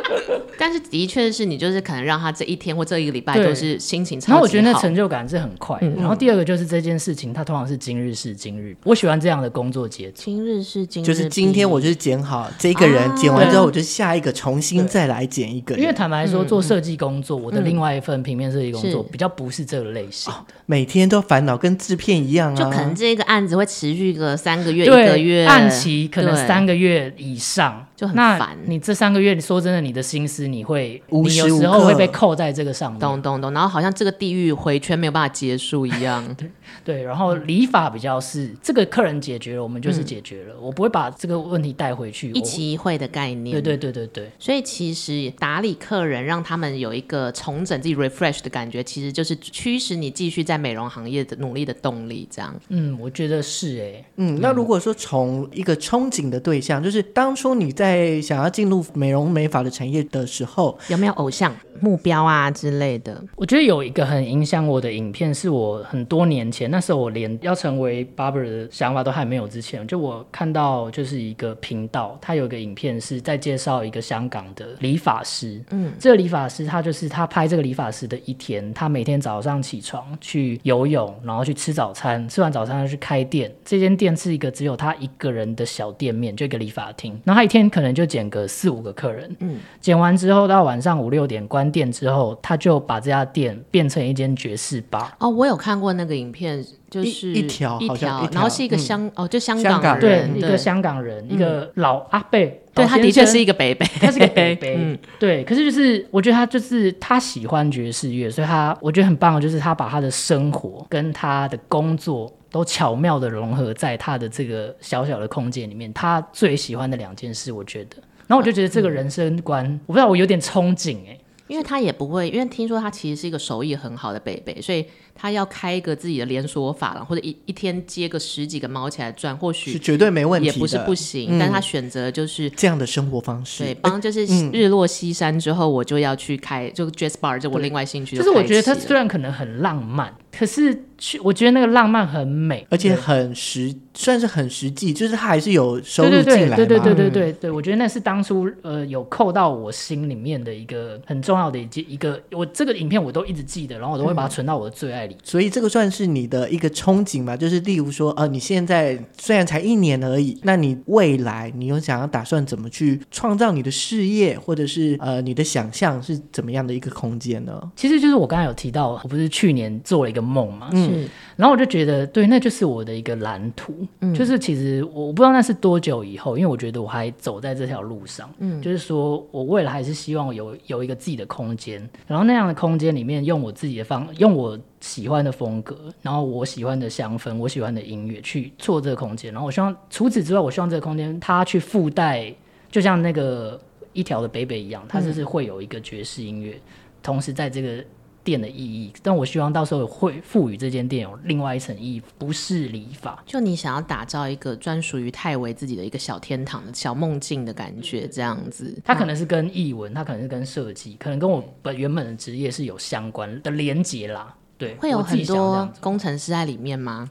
S2: [laughs] 但是的确是你就是可能让他这一天或这一个礼拜
S3: 对
S2: 都是心情嗯超级好。嗯
S3: 然后我觉得那成就感是很快的。然后第二个就是这件事情，它通常是今日事今日，我喜欢这样的工作节奏。
S2: 今日是今日，
S1: 就是今天我就是剪好这个人，
S2: 啊
S1: 剪完之后我就下一个重新
S3: 对
S1: 再来剪一个人，
S3: 因为坦白说，做设计工作，我的另外一份平面设计工作
S2: 嗯是
S3: 比较不是这个类型。
S1: 每天都烦恼跟制片一样啊，
S2: 就可能这个案子会持续个三个月、一
S3: 嗯对，
S2: 个月，
S3: 按期可能
S2: 对
S3: 三个月以上，
S2: 就很
S3: 那
S2: 烦
S3: 你这三个月，你说真的，你的心思你会，
S1: 无
S3: 你
S1: 时
S3: 有
S1: 无
S3: 时候会
S1: 刻
S3: 被扣在这个上面。
S2: 懂懂懂，然后好像这个地狱回圈没有办法结束一样。
S3: [laughs] 对，然后理法比较是这个客人解决了，我们就是解决了，我不会把这个问题带回去。
S2: 一
S3: 我
S2: 期一会的概念，
S3: 对对对对对，
S2: 所以其实打理客人，让他们有一个重整自己 refresh 的感觉，其实就是驱使你继续在美容行业的努力的动力。这样，
S3: 嗯，我觉得是哎、
S1: 嗯，那如果说从一个憧憬的对象，就是当初你在想要进入美容美发的产业的时候，
S2: 有没有偶像目标啊之类的？
S3: 我觉得有一个很影响我的影片，是我很多年前，那时候我连要成为 barber 的想法都还没有之前，就我看到就是一个频道，它有一个影片是在介绍一个香港的理发师，嗯，这个理发师他就是他拍这个理发师的一天，他每天早上起床去游泳，然后去吃早餐，吃完早餐他去开店，这间店是一个只有他一个人的小店面，就一个理发厅，然后他一天可能就剪个四五个客人，剪完之后到晚上五六点关店之后，他就把这家店变成一间爵士吧。
S2: 哦，我有看过那个影片，就是
S1: 一一条
S2: 一
S1: 好像
S2: 条
S1: 一，条
S2: 然后是一个香、哦，就香
S1: 香港
S3: 对
S2: 人，，
S3: 一个
S2: 对嗯
S3: 香港嗯人，一个老阿贝，
S2: 对，
S3: 老
S2: 他的
S3: 先
S2: 确
S3: 生
S2: 是一个北嗯北，
S3: 他是个北北，对。可是就是我觉得他就是他喜欢爵士乐，所以他我觉得很棒，的就是他把他的生活跟他的工作。都巧妙的融合在他的这个小小的空间里面，他最喜欢的两件事，我觉得。然后我就觉得
S2: 嗯
S3: 这个人生观，我不知道，我有点憧憬哎、
S2: 因为他也不会，因为听说他其实是一个手艺很好的北北，所以他要开一个自己的连锁发廊，或者一一天接个十几个猫起来赚，或许
S1: 是绝对没问题
S2: 也
S1: 的，
S2: 不是不行，
S3: 嗯
S2: 但他选择就是。
S1: 这样的生活方式。
S2: 对，帮就是
S3: 嗯
S2: 日落西山之后，我就要去开，就 jazz bar，就我另外兴趣
S3: 就是我
S2: 开
S3: 觉得
S2: 启
S3: 他
S2: 了
S3: 虽然可能很浪漫，可是去，我觉得那个浪漫很美，
S1: 而且很实，算是很实际，就是他还是有收
S3: 对
S1: 入
S3: 对
S1: 进
S3: 对
S1: 来
S3: 对对
S1: 嘛嗯
S3: 对对对对，我觉得那是当初呃有扣到我心里面的一个很重要的一件一个，我这个影片我都一直记得，然后我都会
S1: 嗯
S3: 把它存到我的最爱里。
S1: 所以这个算是你的一个憧憬嘛，就是例如说，呃，你现在虽然才一年而已，那你未来你有想要打算怎么去创造你的事业，或者是呃你的想象是怎么样的一个空间呢？
S3: 其实就是我刚才有提到，我不是去年做了一个梦嘛，
S2: 是
S3: 然后我就觉得，对，那就是我的一个蓝图。就是其实我我不知道那是多久以后，因为我觉得我还走在这条路上。嗯，就是说我未来还是希望有有一个自己的空间，然后那样的空间里面用我自己的方，用我喜欢的风格，然后我喜欢的香氛，我喜欢的音乐去做这个空间。然后我希望除此之外，我希望这个空间它去附带，就像那个一条的北北一样，它就是会有一个爵士音乐，同时在这个店的意义，但我希望到时候会赋予这间店有另外一层意义，不是理法。
S2: 就你想要打造一个专属于泰维自己的一个小天堂、小梦境的感觉，这样子。嗯
S3: 它可能是跟译文，它可能是跟设计，可能跟我本原本的职业是有相关的连结啦。对，
S2: 会有
S3: 我自
S2: 很
S3: 己想这
S2: 多
S3: 样子
S2: 工程师在里面
S3: [laughs]
S2: 吗？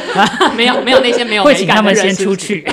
S2: [laughs] 没有，没有那些没有
S3: 会
S2: 美
S3: 请
S2: 感
S3: 他
S2: 的
S3: 们
S2: 人
S3: 先
S2: 是不
S3: 出
S2: 是
S3: 去，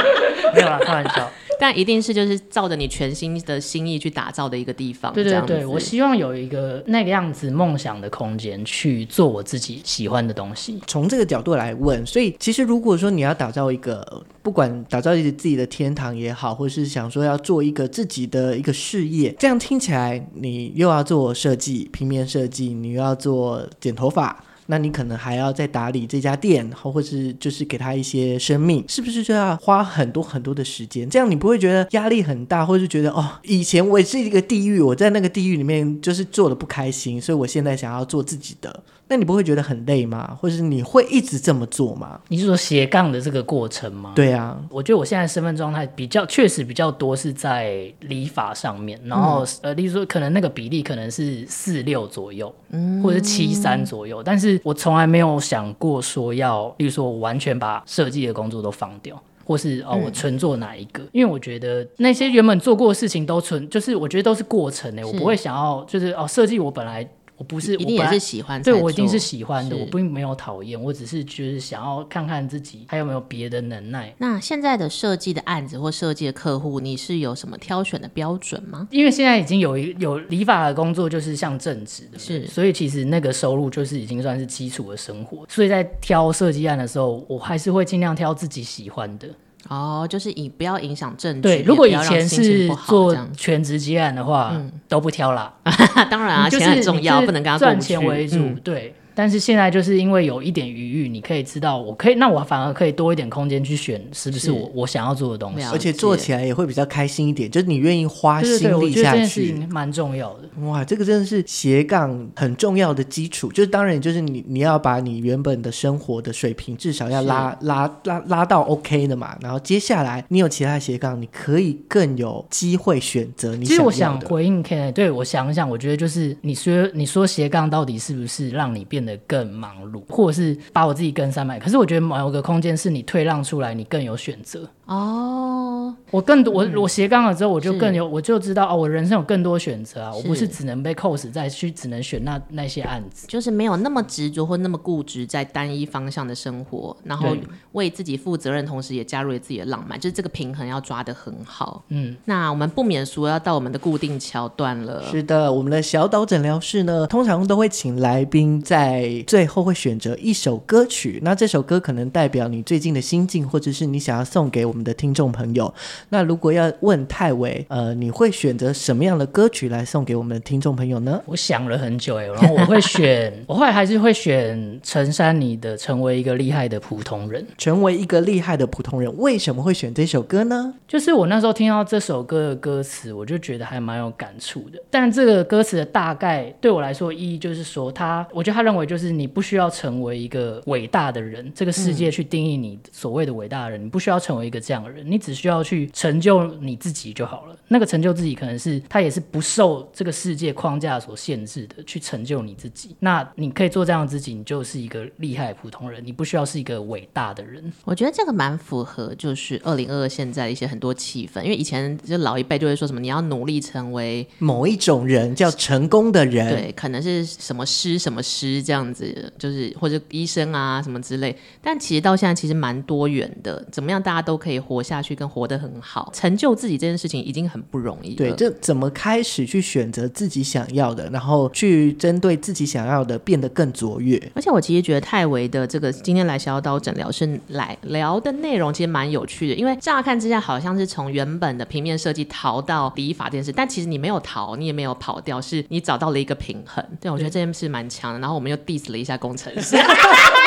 S3: [laughs] 没有啦，开玩
S2: [laughs]
S3: 笑。
S2: 但一定是就是照着你全新的心意去打造的一个地方。
S3: 对
S2: 这
S3: 对
S2: 样
S3: 对，
S2: 子
S3: 我希望有一个那个样子梦想的空间去做我自己喜欢的东西。
S1: 从这个角度来问，所以其实如果说你要打造一个，不管打造一个自己的天堂也好，或是想说要做一个自己的一个事业，这样听起来你又要做设计、平面设计，你又要做剪头发。那你可能还要再打理这家店，或或是就是给他一些生命，是不是就要花很多很多的时间？这样你不会觉得压力很大，或是觉得哦，以前我也是一个地狱，我在那个地狱里面就是做的不开心，所以我现在想要做自己的，那你不会觉得很累吗？或是你会一直这么做吗？
S3: 你是说斜杠的这个过程吗？
S1: 对啊，
S3: 我觉得我现在身份状态比较确实比较多是在理法上面，然后、
S2: 嗯
S3: 呃，例如说可能那个比例可能是四六左右，
S2: 嗯
S3: 或者是七三左右，但是我从来没有想过说要，例如说我完全把设计的工作都放掉。或是哦，
S2: 嗯
S3: 我纯做哪一个？因为我觉得那些原本做过的事情都纯，就是我觉得都是过程欸诶、我
S2: 是
S3: 不会想要就是哦，设计我本来我不是，
S2: 一
S3: 我
S2: 定
S3: 本来
S2: 也是喜欢才
S3: 对
S2: 做，
S3: 我一定是喜欢的，
S2: 是
S3: 我并没有讨厌，我只是就是想要看看自己还有没有别的能耐。
S2: 那现在的设计的案子或设计的客户，你是有什么挑选的标准吗？
S3: 因为现在已经有一有理发的工作就是像正职的，
S2: 是
S3: 所以其实那个收入就是已经算是基础的生活。所以在挑设计案的时候，我还是会尽量挑自己喜欢的。
S2: 哦，就是以不要影响正
S3: 对，
S2: 局
S3: 如果
S2: 也
S3: 以
S2: 不要让
S3: 前
S2: 心情
S3: 是
S2: 不好
S3: 做
S2: 这样
S3: 全职接案的话，都不挑啦，
S2: [laughs] 当然啊，
S3: 就
S2: 钱
S3: 是
S2: 很重要，
S3: 你
S2: 不能跟他过
S3: 赚
S2: 不
S3: 钱
S2: 去嗯
S3: 为主，对。但是现在就是因为有一点余裕，你可以知道，我可以，那我反而可以多一点空间去选，是不
S2: 是
S3: 是我我想要做的东
S2: 嗯
S3: 西
S2: 了？解
S1: 嗯而且做起来也会比较开心一点，就是你愿意花
S3: 对对
S1: 心
S3: 对，我
S1: 力
S3: 觉得这
S1: 下
S3: 件事
S1: 去。
S3: 情蛮重要的。
S1: 哇，这个真的是斜杠很重要的基础，就是当然就是你你要把你原本的生活的水平至少要拉拉拉拉到 OK 的嘛，然后接下来你有其他斜杠，你可以更有机会选择你
S3: 其实
S1: 要
S3: 我想
S1: 的。
S3: 回应 Ken，对我想一想，我觉得就是你说你说斜杠到底是不是让你变得更忙碌，或者是把我自己跟三百？可是我觉得某个空间是你退让出来，你更有选择。
S2: 哦，
S3: 我更多我我斜杠了之后，我就是更有我就知道哦，我人生有更多选择啊，我不
S2: 是
S3: 是只能被扣死在去只能选那那些案子。
S2: 就是没有那么执着或那么固执在单一方向的生活，然后
S3: 对
S2: 为自己负责任，同时也加入了自己的浪漫，就是这个平衡要抓得很好。
S3: 嗯，
S2: 那我们不免俗要到我们的固定桥段了，
S1: 是的，我们的小岛诊疗室呢，通常都会请来宾在最后会选择一首歌曲，那这首歌可能代表你最近的心境，或者是你想要送给我们的听众朋友。那如果要问泰维，呃，你会选择什么样的歌曲来送给我们的听众朋友呢？
S3: 我想了很久哎、然后我会选， [laughs] 我后来还是会选陈珊妮的《成为一个厉害的普通人》。
S1: 成为一个厉害的普通人，为什么会选这首歌呢？
S3: 就是我那时候听到这首歌的歌词，我就觉得还蛮有感触的。但这个歌词的大概对我来说意义就是说，他我觉得他认为就是你不需要成为一个伟大的人，这个世界去定义你所谓的伟大的人，你不需要成为一个这样的人，你只需要去成就你自己就好了。那个成就自己，可能是他也是不受这个世界框架所限制的，去成就你自己。那你可以做这样的自己，你就是一个厉害的普通人，你不需要是一个伟大的人。
S2: 我觉得这个蛮符合，就是二零二二现在的一些很多气氛，因为以前就老一辈就会说什么你要努力成为
S1: 某一种人叫成功的人，
S2: 对，可能是什么师什么师这样子，就是或者医生啊什么之类。但其实到现在其实蛮多元的，怎么样大家都可以活下去，跟活得很好，成就自己这件事情已经很不容易了。
S1: 对，这怎么开始去选择自己想要的，然后去针对自己想要的变得更卓越？
S2: 而且我其实觉得泰维的这个今天来小岛诊疗室来聊的内容，其实蛮有趣的，因为乍看之下好像是从原本的平面设计逃到理法这件事，但其实你没有逃，你也没有跑掉，是你找到了一个平衡。对，我觉得这件事蛮强的。然后我们又 diss 了一下工程师， [laughs]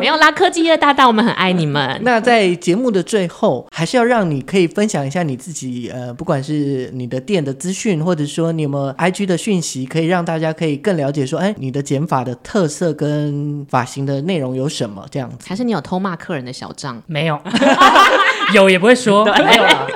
S2: 没有啦，科技业大大，我们很爱你们。
S1: 那在节目的最后，还是要让你可以分享一下你自己，呃，不管是你的店的资讯，或者说你有没有 IG 的讯息，可以让大家可以更了解说，哎，你的剪发的特色跟发型的内容有什么这样子。
S2: 还是你有偷骂客人的小账？
S3: 没有，有也不会说，没有啦。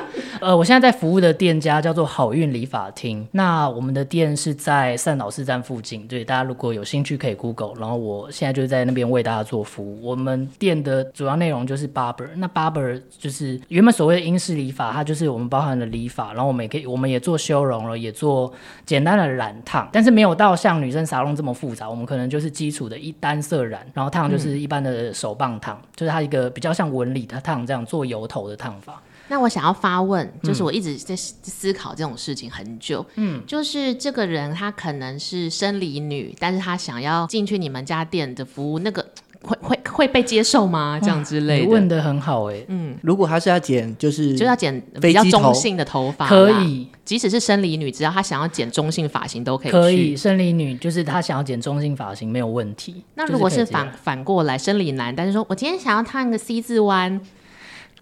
S3: 呃，我现在在服务的店家叫做好运理发厅，那我们的店是在善导市站附近，对大家如果有兴趣可以 Google。然后我现在就在那边为大家做服务。我们店的主要内容就是 barber，那 barber 就是原本所谓的英式理发，它就是我们包含了理发，然后我们也可以，我们也做修容了，也做简单的染烫，但是没有到像女生沙龙这么复杂。我们可能就是基础的一单色染，然后烫就是一般的手棒烫，就是它一个比较像纹理的烫这样做油头的烫法。
S2: 那我想要发问，
S3: 嗯
S2: 就是我一直在思思考这种事情很久，嗯，就是这个人他可能是生理女，但是他想要进去你们家店的服务，那个会会会被接受吗？这样之类
S3: 你
S2: 的，
S3: 问的很好哎、
S1: 如果他是要剪，就是
S2: 就要剪比
S1: 飞
S2: 较
S1: 机头
S2: 中性的头发啦，
S3: 可以
S2: 即使是生理女，只要她想要剪中性发型都可以
S3: 可
S2: 去
S3: 以，生理女就是她想要剪中性发型没有问题。
S2: 那如果
S3: 就是可以这样
S2: 反反过来，生理男，但是说我今天想要烫个 C 字弯，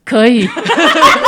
S3: 可以， [laughs]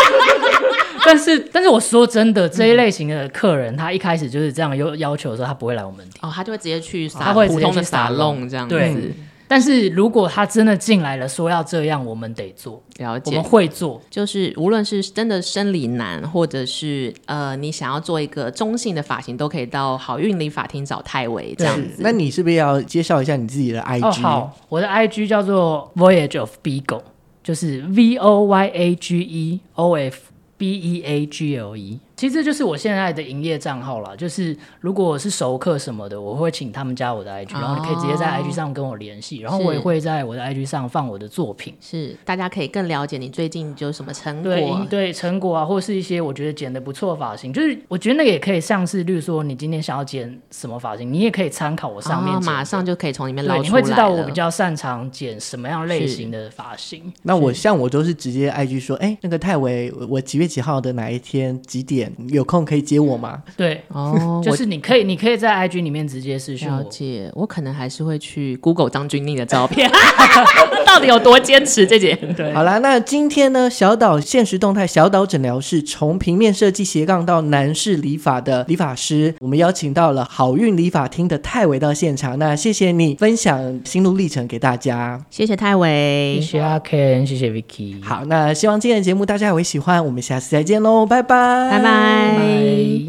S3: 但是但是我说真的，这一类型的客人，他一开始就是这样要要求的时候，他不会来我们店。
S2: 哦，他就会直接去撒、
S3: 他会直
S2: 普
S3: 接
S2: 通
S3: 去
S2: 的撒
S3: salon
S2: 弄这样子，
S3: 对，但是如果他真的进来了，说要这样，我们得做，
S2: 了
S3: 我
S2: 解
S3: 们。会做。
S2: 就是无论是真的生理男，或者是呃，你想要做一个中性的发型，都可以到好运理发厅找泰维这样
S1: 是
S2: 子。
S1: 那你是不是要介绍一下你自己的 IG？、
S3: 哦，好，我的 IG 叫做 Voyage of Beagle，就是 V O Y A G E O F B E A G L E。其实这就是我现在的营业账号啦，就是如果是熟客什么的，我会请他们加我的 IG，、然后你可以直接在 IG 上跟我联系，然后我也
S2: 哦是
S3: 会在我的 IG 上放我的作品。
S2: 是，大家可以更了解你最近有什么成
S3: 对
S2: 果啊
S3: 因。对成果啊，或是一些我觉得剪的不错的发型，就是我觉得那个也可以像是，例如说你今天想要剪什么发型，你也可以参考我上面
S2: 哦
S3: 剪的、
S2: 马上就可以从里面捞
S3: 对，
S2: 出来
S3: 你会知道我
S2: 了
S3: 比较擅长剪什么样类型的发型。
S1: 那我像我都是直接 IG 说，哎、那个泰维，我我几月几号的哪一天几点有空可以接我吗？
S3: 对，
S2: 哦，
S3: [laughs] 就
S2: 我
S3: 是你可以，你可以在 IG 里面直接私讯
S2: 了
S3: 我。
S2: 解，我可能还是会去 Google 张钧甯的照
S3: [laughs]
S2: 片，到底有多坚持这件？
S3: 对，
S1: 好啦，那今天呢，小岛现实动态小岛诊疗室从平面设计斜杠到男士理发的理发师，我们邀请到了好运理发厅的泰维到现场。那谢谢你分享心路历程给大家。
S2: 谢谢泰维，
S3: 谢谢阿 Ken，谢谢 Vicky，，
S1: 好，那希望今天的节目大家也会喜欢，我们下次再见喽，拜拜，
S2: 拜拜。
S3: 拜。